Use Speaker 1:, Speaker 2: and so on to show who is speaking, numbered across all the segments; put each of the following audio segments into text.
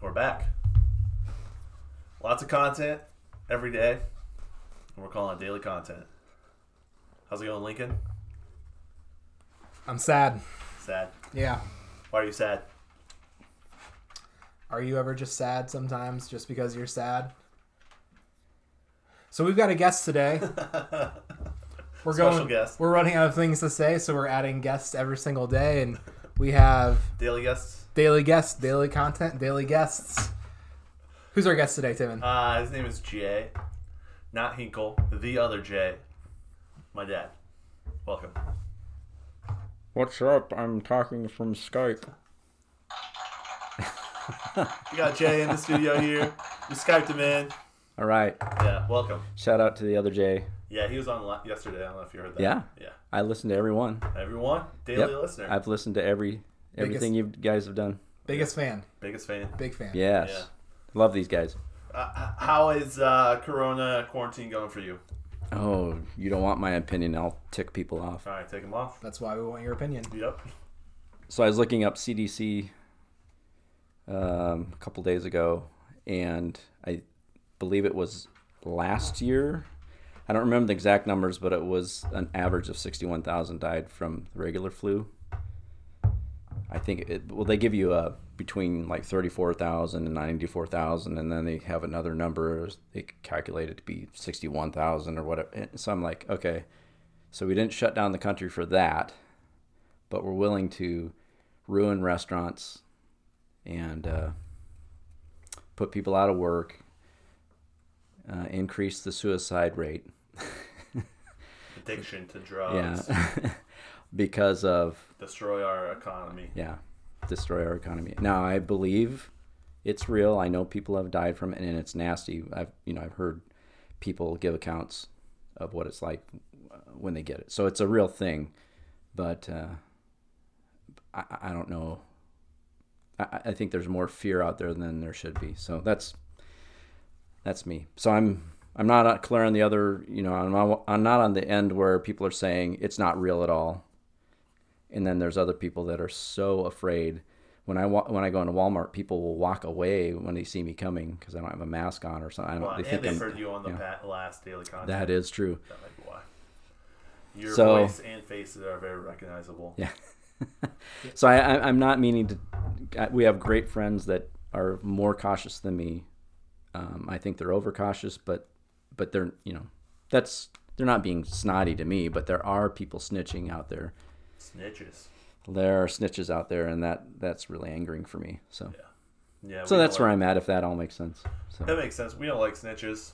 Speaker 1: we're back. Lots of content every day. And we're calling it daily content. How's it going, Lincoln?
Speaker 2: I'm sad.
Speaker 1: Sad.
Speaker 2: Yeah.
Speaker 1: Why are you sad?
Speaker 2: Are you ever just sad sometimes just because you're sad? So we've got a guest today. we're
Speaker 1: Special
Speaker 2: going
Speaker 1: guest.
Speaker 2: we're running out of things to say, so we're adding guests every single day and we have
Speaker 1: Daily guests?
Speaker 2: daily guests, daily content, daily guests. Who's our guest today, Timon?
Speaker 1: Uh, his name is Jay. Not Hinkle. The other Jay. My dad. Welcome.
Speaker 3: What's up? I'm talking from Skype.
Speaker 1: We got Jay in the studio here. We Skyped him in.
Speaker 3: All right.
Speaker 1: Yeah, welcome.
Speaker 3: Shout out to the other Jay.
Speaker 1: Yeah, he was on la- yesterday. I don't know if you heard that.
Speaker 3: Yeah.
Speaker 1: Yeah.
Speaker 3: I listened to everyone.
Speaker 1: Everyone, daily
Speaker 3: Yep.
Speaker 1: listener.
Speaker 3: I've listened to every everything you guys have done.
Speaker 2: Biggest fan.
Speaker 1: Biggest fan.
Speaker 2: Big fan.
Speaker 3: Yes.
Speaker 1: Yeah.
Speaker 3: Love these guys.
Speaker 1: Uh, how is uh, Corona quarantine going for you?
Speaker 3: Oh, you don't want my opinion. I'll tick people off.
Speaker 1: All right, take him off.
Speaker 2: That's why we want your opinion.
Speaker 1: Yep.
Speaker 3: So I was looking up CDC um, a couple days ago, and I believe it was last year. I don't remember the exact numbers, but it was an average of 61,000 died from the regular flu. I think it, well, they give you a between like 34,000 and 94,000, and then they have another number they calculate it to be 61,000 or whatever. And So I'm like, okay, so we didn't shut down the country for that, but we're willing to ruin restaurants and uh, put people out of work, uh, increase the suicide rate.
Speaker 1: Addiction to drugs.
Speaker 3: Yeah. because of
Speaker 1: Destroy our economy.
Speaker 3: yeah destroy our economy now i believe it's real i know people have died from it and it's nasty i've you know i've heard people give accounts of what it's like uh, when they get it so it's a real thing but uh, I, I- I don't know I, I- I think there's more fear out there than there should be so that's that's me so i'm i'm not uh, clear on the other you know i'm not, I'm not on the end where people are saying it's not real at all and then there's other people that are so afraid. When I wa- when I go into Walmart, people will walk away when they see me coming because I don't have a mask on or something. I don't.
Speaker 1: Well,
Speaker 3: they think
Speaker 1: and they've
Speaker 3: I'm-
Speaker 1: heard you on the
Speaker 3: yeah.
Speaker 1: pa- last daily content.
Speaker 3: that is true.
Speaker 1: That might be why. Your
Speaker 3: So-
Speaker 1: voice and faces are very recognizable.
Speaker 3: Yeah. so I, I, I'm not meaning to. I, we have great friends that are more cautious than me. Um, I think they're overcautious, but but they're you know that's they're not being snotty to me. But there are people snitching out there.
Speaker 1: Snitches.
Speaker 3: There are snitches out there, and that that's really angering for me. So
Speaker 1: Yeah.
Speaker 3: so
Speaker 1: we don't
Speaker 3: that's where
Speaker 1: like-
Speaker 3: I'm at. If that all makes sense. So.
Speaker 1: That makes sense. We don't like snitches.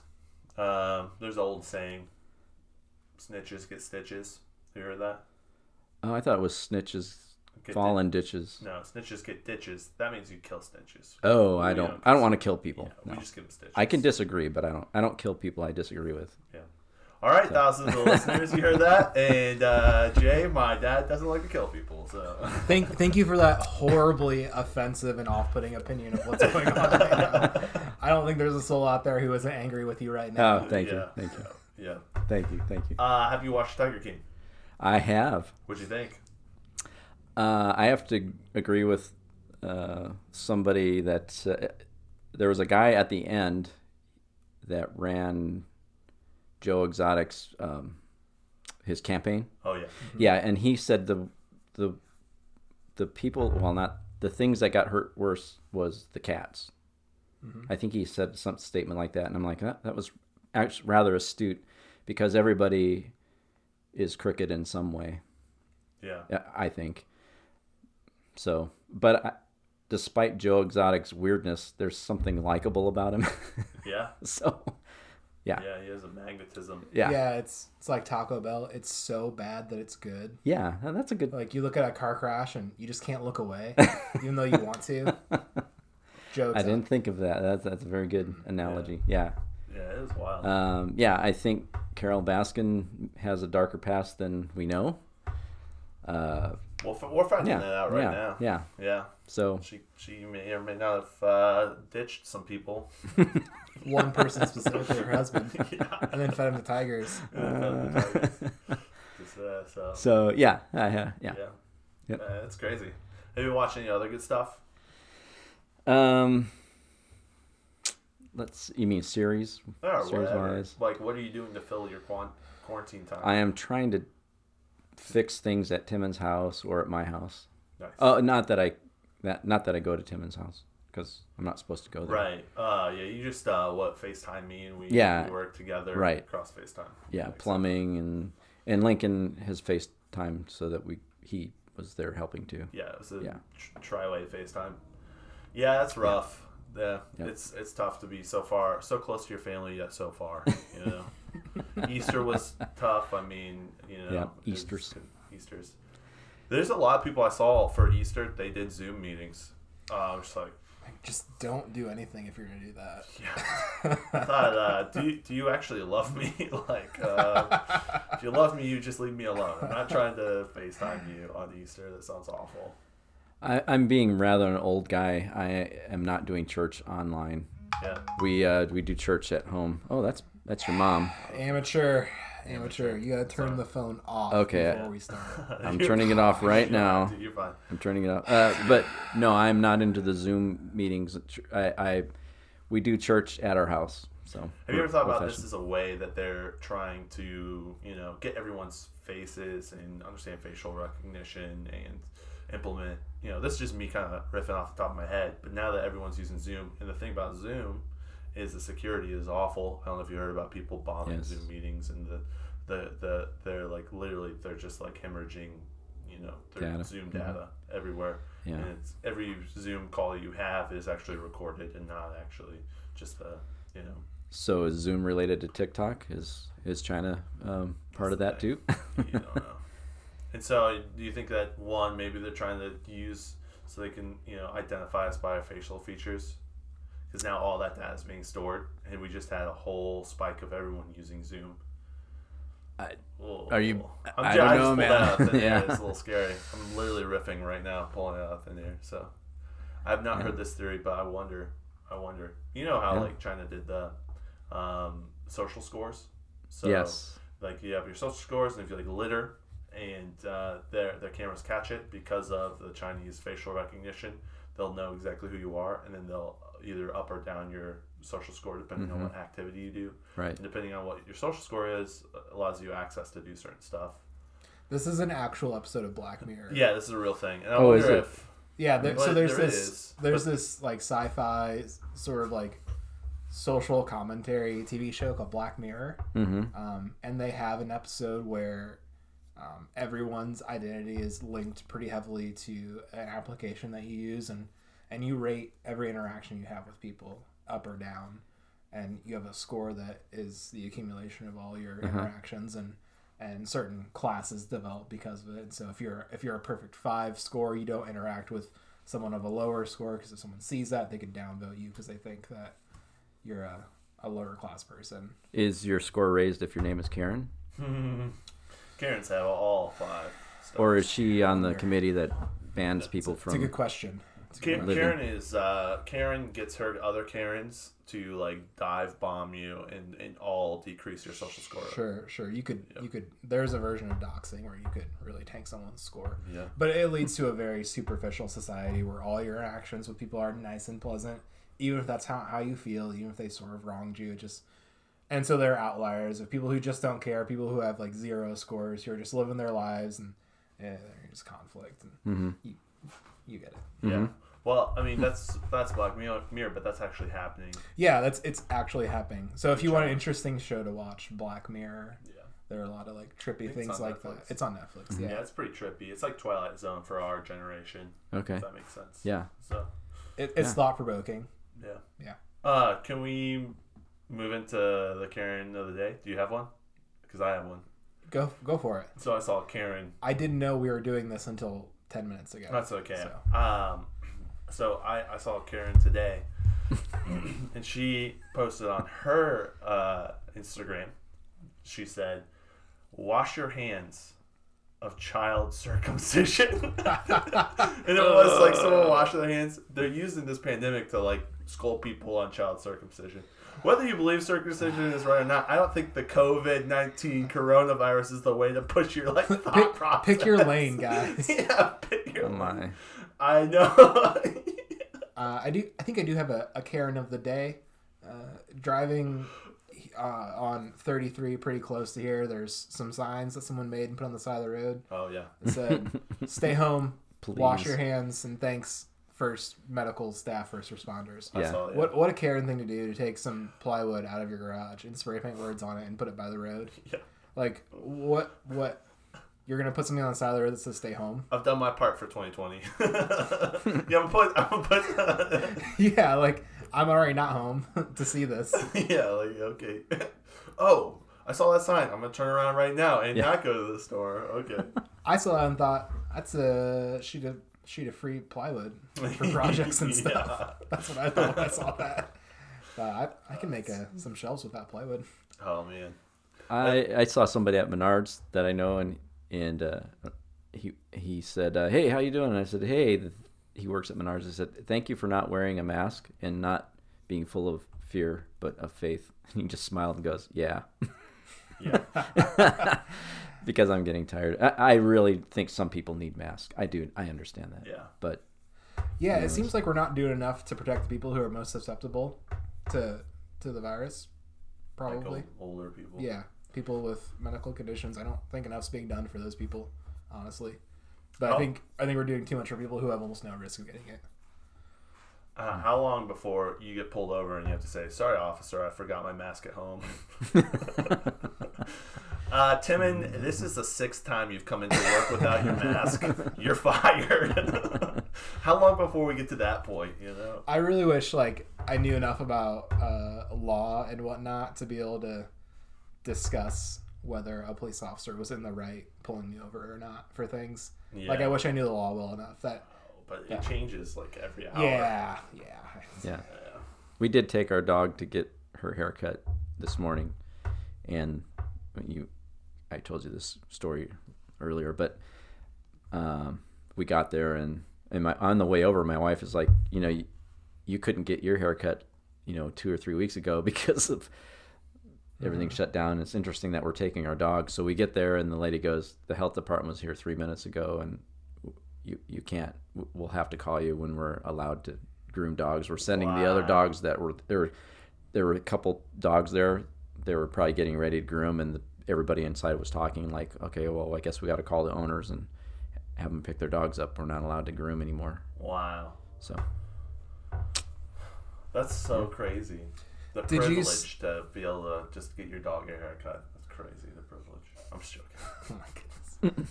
Speaker 1: Um, there's an old saying snitches get stitches. Have you heard that?
Speaker 3: Oh, I thought it was snitches
Speaker 1: Get
Speaker 3: fall in ditches.
Speaker 1: No, snitches get ditches. That means you kill snitches.
Speaker 3: Oh, I
Speaker 1: We
Speaker 3: don't.
Speaker 1: don't
Speaker 3: I don't want to kill people.
Speaker 1: Yeah, we
Speaker 3: no.
Speaker 1: just give them stitches.
Speaker 3: I can disagree, but I don't. I don't kill people. I disagree with.
Speaker 1: Yeah. All right, thousands of listeners, you heard that. And uh, Jay, my dad doesn't like to kill people, so
Speaker 2: Thank thank you for that horribly offensive and off putting opinion of what's going on right now. I don't think there's a soul out there who isn't angry with you right now.
Speaker 3: Oh, thank
Speaker 1: Yeah.
Speaker 3: you, thank you,
Speaker 1: yeah.
Speaker 3: thank you, thank you.
Speaker 1: Uh, have you watched Tiger King?
Speaker 3: I have.
Speaker 1: What'd you think?
Speaker 3: Uh, I have to agree with uh, somebody that uh, there was a guy at the end that ran Joe Exotic's um, his campaign.
Speaker 1: Oh yeah,
Speaker 3: Yeah, and he said the the the people well not the things that got hurt worse was the cats. I think he said some statement like that, and I'm like that that was actually rather astute because everybody is crooked in some way.
Speaker 1: yeah.
Speaker 3: Yeah, I think. So, but I, despite Joe Exotic's weirdness, there's something likable about him.
Speaker 1: Yeah,
Speaker 3: so, yeah,
Speaker 1: yeah. He has a magnetism.
Speaker 3: yeah,
Speaker 2: yeah,
Speaker 3: yeah,
Speaker 2: it's it's like Taco Bell. It's so bad that it's good.
Speaker 3: and that's a good.
Speaker 2: Like you look at a car crash and you just can't look away, even though you want to. Joe,
Speaker 3: I didn't think of that. That's that's a very good analogy. yeah.
Speaker 1: Yeah, it was wild.
Speaker 3: Um, yeah, I think Carol Baskin has a darker past than we know. Uh,
Speaker 1: well, f- we're finding
Speaker 3: yeah,
Speaker 1: that out right
Speaker 3: yeah,
Speaker 1: now.
Speaker 3: yeah.
Speaker 1: yeah.
Speaker 3: So
Speaker 1: She she may or may not have uh, ditched some people.
Speaker 2: one person specifically, her husband,
Speaker 1: yeah.
Speaker 2: and then fed him to tigers.
Speaker 1: Just, uh, so
Speaker 3: so yeah, I, uh, yeah.
Speaker 1: yeah,
Speaker 3: Yep.
Speaker 1: Uh, it's crazy. Have you watched any other good stuff?
Speaker 3: Um, Let's. You mean series?
Speaker 1: Oh,
Speaker 3: series
Speaker 1: whatever.
Speaker 3: wise.
Speaker 1: Like, what are you doing to fill your quan- quarantine time?
Speaker 3: I am trying to fix things at Timmons' house or at my house.
Speaker 1: nice.
Speaker 3: Oh, not that I, that not that I go to Timmons' house because I'm not supposed to go there.
Speaker 1: right. Uh, yeah, you just, uh, what, FaceTime me and we,
Speaker 3: Yeah.
Speaker 1: we work together
Speaker 3: Right.
Speaker 1: across FaceTime.
Speaker 3: Yeah,
Speaker 1: Makes
Speaker 3: plumbing and and Lincoln has FaceTime so that we he was there helping too.
Speaker 1: sense. Yeah, it's a
Speaker 3: Yeah.
Speaker 1: tr- tri-way FaceTime. Yeah, that's rough. Yeah,
Speaker 3: Yeah.
Speaker 1: it's it's tough to be so far, so close to your family yet so far. You know, Easter was tough. I mean, you know,
Speaker 3: Yeah,
Speaker 1: it's-
Speaker 3: Easter's.
Speaker 1: Easter's. There's a lot of people I saw for Easter. They did Zoom meetings. Uh, I was just like,
Speaker 2: Like, just don't do anything if you're gonna do that.
Speaker 1: I thought, uh, do, you- do you actually love me? like, uh, if you love me, you just leave me alone. I'm not trying to FaceTime you on Easter. That sounds awful.
Speaker 3: I, I'm being rather an old guy. I am not doing church online.
Speaker 1: Yeah.
Speaker 3: We uh, we do church at home. Oh, that's that's your mom.
Speaker 2: Amateur, amateur. You gotta turn the phone off.
Speaker 3: Okay.
Speaker 2: Before we start.
Speaker 3: I'm turning it off right now.
Speaker 1: Dude, you're fine.
Speaker 3: I'm turning it off. Uh, but no, I'm not into the Zoom meetings. I, I we do church at our house. So
Speaker 1: Have you ever thought about this as a way that they're trying to, you know, get everyone's faces and understand facial recognition and implement, you know, this is just me kind of riffing off the top of my head. But now that everyone's using Zoom, and the thing about Zoom is the security is awful. I don't know if you heard about people bombing
Speaker 3: Yes.
Speaker 1: Zoom meetings and the, the, the, they're like literally, they're just like hemorrhaging, you know, their
Speaker 3: Data.
Speaker 1: Zoom
Speaker 3: Mhm.
Speaker 1: data everywhere.
Speaker 3: Yeah.
Speaker 1: And it's, every Zoom call you have is actually recorded and not actually just the, you know,
Speaker 3: So is Zoom related to TikTok? Is is China um, part of that too?
Speaker 1: you don't know. And so, do you think that one maybe they're trying to use so they can you know identify us by our facial features? Because now all that data is being stored, and we just had a whole spike of everyone using Zoom.
Speaker 3: I-
Speaker 1: Oh,
Speaker 3: are you-
Speaker 1: I'm
Speaker 3: I
Speaker 1: ju-
Speaker 3: don't
Speaker 1: just
Speaker 3: know,
Speaker 1: pulled
Speaker 3: man.
Speaker 1: that out of thin air.
Speaker 3: Yeah.
Speaker 1: it's a little scary. I'm literally riffing right now, pulling it out of thin air. So, I've not heard this theory, but I wonder. I wonder. You know how
Speaker 3: Yeah.
Speaker 1: like China did the um, social scores. So
Speaker 3: yes.
Speaker 1: like you have your social scores and if you like litter and uh, their their cameras catch it because of the Chinese facial recognition, they'll know exactly who you are and then they'll either up or down your social score depending
Speaker 3: Mm-hmm.
Speaker 1: on what activity you do.
Speaker 3: Right.
Speaker 1: And depending on what your social score is, uh, allows you access to do certain stuff.
Speaker 2: This is an actual episode of Black Mirror.
Speaker 1: Yeah, this is a real thing. And I
Speaker 3: Oh,
Speaker 1: wonder
Speaker 3: is it?
Speaker 1: if
Speaker 2: Yeah, there, so
Speaker 1: But
Speaker 2: there's
Speaker 1: there
Speaker 2: this
Speaker 1: is.
Speaker 2: there's this like sci-fi s- sort of like social commentary TV show called Black Mirror, mm-hmm. um, and they have an episode where um, everyone's identity is linked pretty heavily to an application that you use, and and you rate every interaction you have with people up or down, and you have a score that is the accumulation of all your interactions and. And certain classes develop because of it. And so if you're if you're a perfect five score, you don't interact with someone of a lower score because if someone sees that, they could downvote you because they think that you're a, a lower class person.
Speaker 3: Is your score raised if your name is Karen,
Speaker 1: Karen's have all five. Stuff.
Speaker 3: or is she on the committee that bans people
Speaker 2: It's a
Speaker 3: from?
Speaker 2: good question. It's a good-
Speaker 1: Karen,
Speaker 3: living.
Speaker 1: Karen is uh, Karen gets her other Karens to like dive bomb you and, and all decrease your social score.
Speaker 2: Sure, sure. You could, you could. There's a version of doxing where you could really tank someone's score.
Speaker 1: Yeah.
Speaker 2: But it leads to a very superficial society where all your interactions with people are nice and pleasant, even if that's how, how you feel, even if they sort of wronged you. It just and so there are outliers of people who just don't care, people who have like zero scores, who are just living their lives and yeah, there's conflict. And
Speaker 1: Mm-hmm.
Speaker 2: you, you get it.
Speaker 3: Mm-hmm.
Speaker 1: Yeah. Well, I mean that's that's Black Mirror, Mirror, but that's actually happening.
Speaker 2: Yeah, that's it's actually happening. So if you want an interesting show to watch, Black Mirror.
Speaker 1: Yeah.
Speaker 2: There are a lot of like trippy
Speaker 1: it's on
Speaker 2: things
Speaker 1: Netflix.
Speaker 2: like
Speaker 1: Mm-hmm.
Speaker 2: that. It's on Netflix. Yeah.
Speaker 1: Yeah, it's pretty trippy. It's like Twilight Zone for our generation.
Speaker 3: Okay.
Speaker 1: If that makes sense.
Speaker 3: Yeah.
Speaker 1: So
Speaker 2: It, it's
Speaker 3: Yeah.
Speaker 2: thought provoking.
Speaker 1: yeah.
Speaker 2: Yeah.
Speaker 1: Uh, can we move into the Karen of the day? Do you have one? Because I have one.
Speaker 2: Go go for it.
Speaker 1: So I saw Karen.
Speaker 2: I didn't know we were doing this until ten minutes ago.
Speaker 1: That's okay.
Speaker 2: So.
Speaker 1: Um, so I I saw Karen today, and she posted on her uh, Instagram. She said, "Wash your hands." of child circumcision. and it was like
Speaker 2: Uh.
Speaker 1: someone washing their hands. They're using this pandemic to like scold people on child circumcision. Whether you believe circumcision is right or not, I don't think the COVID nineteen coronavirus is the way to push your like thought process.
Speaker 2: pick your lane, guys.
Speaker 1: yeah, pick your
Speaker 3: Oh my.
Speaker 1: I know.
Speaker 2: Uh, I do. I think I do have a, a Karen of the day. Uh, driving uh, on 33 pretty close to here, there's some signs that someone made and put on the side of the road
Speaker 1: Oh yeah.
Speaker 2: that said, stay home, wash
Speaker 3: Please.
Speaker 2: your hands, and thanks first medical staff, first responders.
Speaker 1: I
Speaker 3: Yeah.
Speaker 1: saw it.
Speaker 2: What, what a Karen thing to do to take some plywood out of your garage and spray paint words on it and put it by the road.
Speaker 1: Yeah.
Speaker 2: Like, what, what, you're going to put something on the side of the road that says stay home?
Speaker 1: I've done my part for 2020. yeah, I'm gonna put. I'm gonna
Speaker 2: yeah, like I'm already not home to see this.
Speaker 1: put yeah, like okay. Oh, I saw that sign. I'm gonna turn around right now and not go to the store. Okay.
Speaker 2: I saw that and thought that's a sheet of sheet of free plywood for projects and stuff. That's what I thought when I saw that. Uh, I, I can make a, some shelves with that plywood.
Speaker 1: Oh man.
Speaker 3: I, I saw somebody at Menards that I know, and and uh, he he said, uh, "Hey, how you doing?" And I said, "Hey." th- He works at Menards. I said, "Thank you for not wearing a mask and not being full of fear, but of faith." And he just smiled and goes, "Yeah."
Speaker 1: Yeah.
Speaker 3: because I'm getting tired. I, I really think some people need masks. I do. I understand that.
Speaker 1: Yeah.
Speaker 3: But
Speaker 2: Yeah, it seems like we're not doing enough to protect the people who are most susceptible to to the virus.
Speaker 1: Like
Speaker 2: Probably,
Speaker 1: old- older people.
Speaker 2: yeah. People with medical conditions. I don't think enough's being done for those people, honestly. But
Speaker 1: Oh.
Speaker 2: I think I think we're doing too much for people who have almost no risk of getting it. Uh-huh.
Speaker 1: Uh, how long before you get pulled over and you have to say, "Sorry, officer, I forgot my mask at home"? uh, Timon, this is the sixth time you've come into work without your mask. You're fired. how long before we get to that point? You know.
Speaker 2: I really wish like I knew enough about uh, law and whatnot to be able to discuss whether a police officer was in the right pulling me over or not for things. Like
Speaker 1: Yeah.
Speaker 2: I wish I knew the law well enough that
Speaker 1: But it changes like every hour.
Speaker 2: yeah, yeah.
Speaker 3: yeah,
Speaker 1: Yeah.
Speaker 3: we did take our dog to get her haircut this morning, and you, I told you this story earlier, but um, we got there and and my on the way over, my wife is like, you know, you, you couldn't get your haircut, you know, two or three weeks ago because of everything shut down. It's interesting that we're taking our dog. So we get there and the lady goes, the health department was here three minutes ago and you you can't. W- We'll have to call you when we're allowed to groom dogs. We're sending the other
Speaker 1: Wow.
Speaker 3: dogs that were there. There were a couple dogs there. They were probably getting ready to groom, and the, everybody inside was talking like, "Okay, well, I guess we got to call the owners and have them pick their dogs up. We're not allowed to groom anymore."
Speaker 1: Wow.
Speaker 3: So
Speaker 1: That's so crazy. The
Speaker 2: Mm-hmm. Did you
Speaker 1: privilege
Speaker 2: s-
Speaker 1: to be able to just get your dog a haircut. That's crazy, the privilege. I'm just joking.
Speaker 2: Oh my goodness.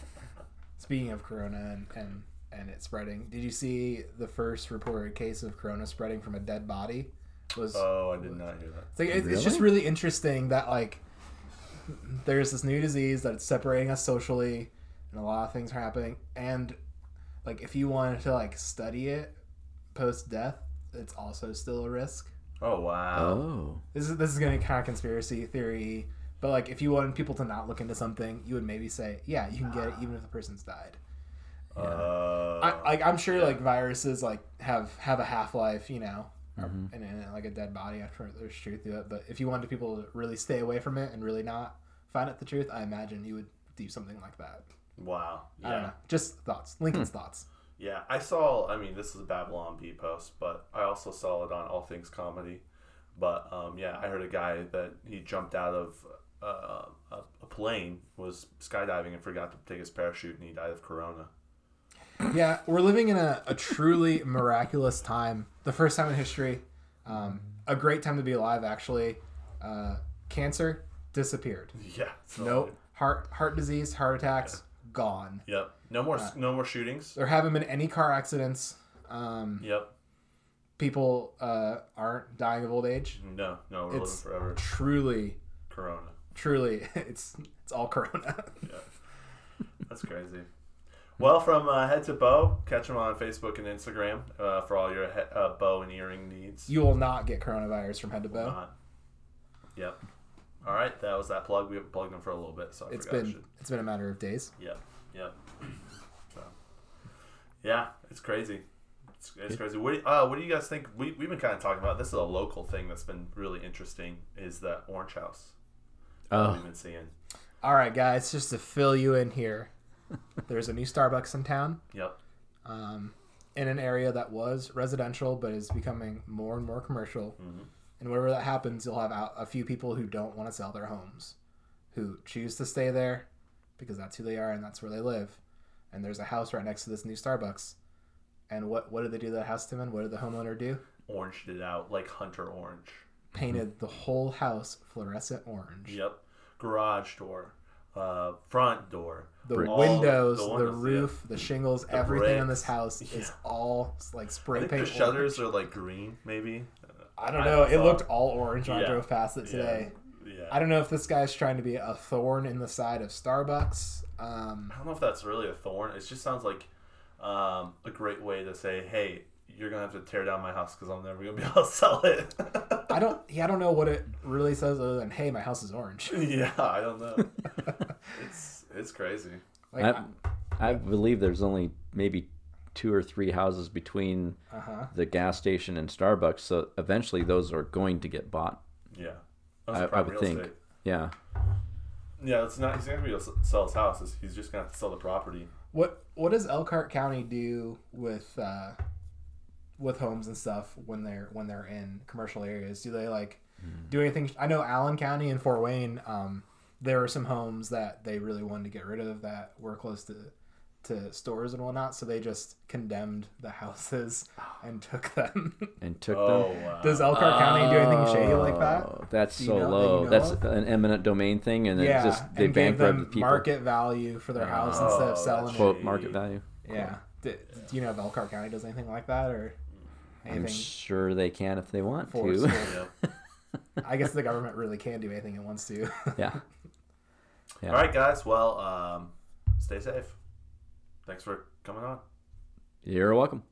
Speaker 2: Speaking of corona and, and and it spreading, did you see the first reported case of corona spreading from a dead body? Was
Speaker 1: Oh, I did not hear that.
Speaker 2: It's like it's, it's just really interesting that like there's this new disease that's separating us socially, and a lot of things are happening. And like if you wanted to like study it post death, it's also still a risk.
Speaker 1: Oh, wow.
Speaker 3: oh,
Speaker 2: This is this is gonna be kind of conspiracy theory, but like if you wanted people to not look into something, you would maybe say, yeah, you can get it even if the person's died.
Speaker 1: Uh,
Speaker 2: I, like I'm sure like viruses like have have a half life, you know, or- and, and like a dead body. I'm sure there's truth to it, but if you wanted people to really stay away from it and really not find out the truth, I imagine you would do something like that.
Speaker 1: wow. Yeah.
Speaker 2: I don't know. Just thoughts. Lincoln's thoughts.
Speaker 1: Yeah, I saw. I mean, this is a Babylon Bee post, but I also saw it on All Things Comedy. But um, yeah, I heard a guy that he jumped out of uh, a, a plane, was skydiving, and forgot to take his parachute, and he died of corona.
Speaker 2: Yeah, we're living in a, a truly miraculous time. The first time in history. Um, a great time to be alive, actually. Uh, cancer disappeared.
Speaker 1: Yeah. so-
Speaker 2: No heart heart disease, heart attacks gone.
Speaker 1: Yep. No more.
Speaker 2: Uh.
Speaker 1: s no more shootings.
Speaker 2: There haven't been any car accidents. Um,
Speaker 1: Yep.
Speaker 2: people uh, aren't dying of old age.
Speaker 1: No. No. We're
Speaker 2: It's-
Speaker 1: living forever.
Speaker 2: Truly,
Speaker 1: Corona.
Speaker 2: truly, it's it's all Corona.
Speaker 1: That's crazy. Well, from uh, head to bow, catch them on Facebook and Instagram uh, for all your he- uh, bow and earring needs.
Speaker 2: you will not get coronavirus from head to bow.
Speaker 1: Not. Yep. All right, that was that plug. We haven't plugged them for a little bit, so I
Speaker 2: It's
Speaker 1: forgot. I
Speaker 2: been
Speaker 1: should-
Speaker 2: it's been a matter of days.
Speaker 1: Yep. Yep. so, yeah, it's crazy. It's, it's crazy. What do, you- uh, what do you guys think? We, we've been kind of talking about this is a local thing that's been really interesting is the Orange House that
Speaker 3: oh,
Speaker 1: we've been seeing.
Speaker 2: All right, guys, just to fill you in here, there's a new Starbucks in town,
Speaker 1: Yep. Mm-hmm.
Speaker 2: um, in an area that was residential but is becoming more and more commercial. And wherever that happens, you'll have out a few people who don't want to sell their homes, who choose to stay there because that's who they are and that's where they live. And there's a house right next to this new Starbucks. And what what did they do to that house, Tim? And what did the homeowner do?
Speaker 1: Oranged it out like Hunter Orange. Mm-hmm.
Speaker 2: Painted the whole house fluorescent orange.
Speaker 1: Yep. Garage door, uh, front door,
Speaker 2: The
Speaker 3: Bricks.
Speaker 1: all-
Speaker 2: windows, the,
Speaker 1: windows, yeah.
Speaker 2: roof, the shingles, everything in
Speaker 1: bricks.
Speaker 2: this house is all like
Speaker 1: I
Speaker 2: spray
Speaker 1: think the
Speaker 2: paint. orange.
Speaker 1: shutters are like green, maybe.
Speaker 2: I don't know. It
Speaker 1: saw-
Speaker 2: looked all orange when
Speaker 1: Yeah.
Speaker 2: I drove past it
Speaker 1: Yeah.
Speaker 2: today.
Speaker 1: Yeah.
Speaker 2: I don't know if this guy's trying to be a thorn in the side of Starbucks. Um,
Speaker 1: I don't know if that's really a thorn. It just sounds like um, a great way to say, "Hey, you're gonna have to tear down my house because I'm never gonna be able to sell it."
Speaker 2: I don't. Yeah, I don't know what it really says other than "Hey, my house is orange."
Speaker 1: yeah, I don't know. it's it's crazy.
Speaker 2: Like,
Speaker 3: I, I believe there's only maybe two or three houses between
Speaker 2: uh huh.
Speaker 3: the gas station and Starbucks, so eventually those are going to get bought.
Speaker 1: Yeah,
Speaker 3: I, I would think. Yeah.
Speaker 1: Yeah, it's not. He's not gonna be able to sell his house. it's- He's just gonna have to sell the property.
Speaker 2: What What does Elkhart County do with uh, with homes and stuff when they're when they're in commercial areas? Do they like
Speaker 3: Hmm.
Speaker 2: do anything? I know Allen County and Fort Wayne. Um, there were some homes that they really wanted to get rid of that were close to to stores and whatnot, so they just condemned the houses and took them.
Speaker 3: And took
Speaker 1: Oh
Speaker 3: them.
Speaker 1: wow.
Speaker 2: does Elkhart County do anything shady like that?
Speaker 3: Oh, That's
Speaker 2: Do you
Speaker 3: so
Speaker 2: know- that you
Speaker 3: low.
Speaker 2: know
Speaker 3: That's
Speaker 2: of?
Speaker 3: an eminent domain thing, and then
Speaker 2: yeah,
Speaker 3: just they
Speaker 2: and gave
Speaker 3: bankrupt
Speaker 2: them
Speaker 3: the people.
Speaker 2: market value for their house
Speaker 1: Oh,
Speaker 2: instead of
Speaker 1: that's
Speaker 2: selling it.
Speaker 3: Quote market value.
Speaker 2: Yeah. Do, do you know if Elkhart County does anything like that or
Speaker 3: I'm
Speaker 2: anything
Speaker 3: sure they can if they want
Speaker 2: forceful?
Speaker 3: to.
Speaker 1: Yeah.
Speaker 2: I guess the government really can do anything it wants to.
Speaker 3: yeah. Yeah.
Speaker 1: All right, guys. Well, um, stay safe. Thanks for coming on.
Speaker 3: You're welcome.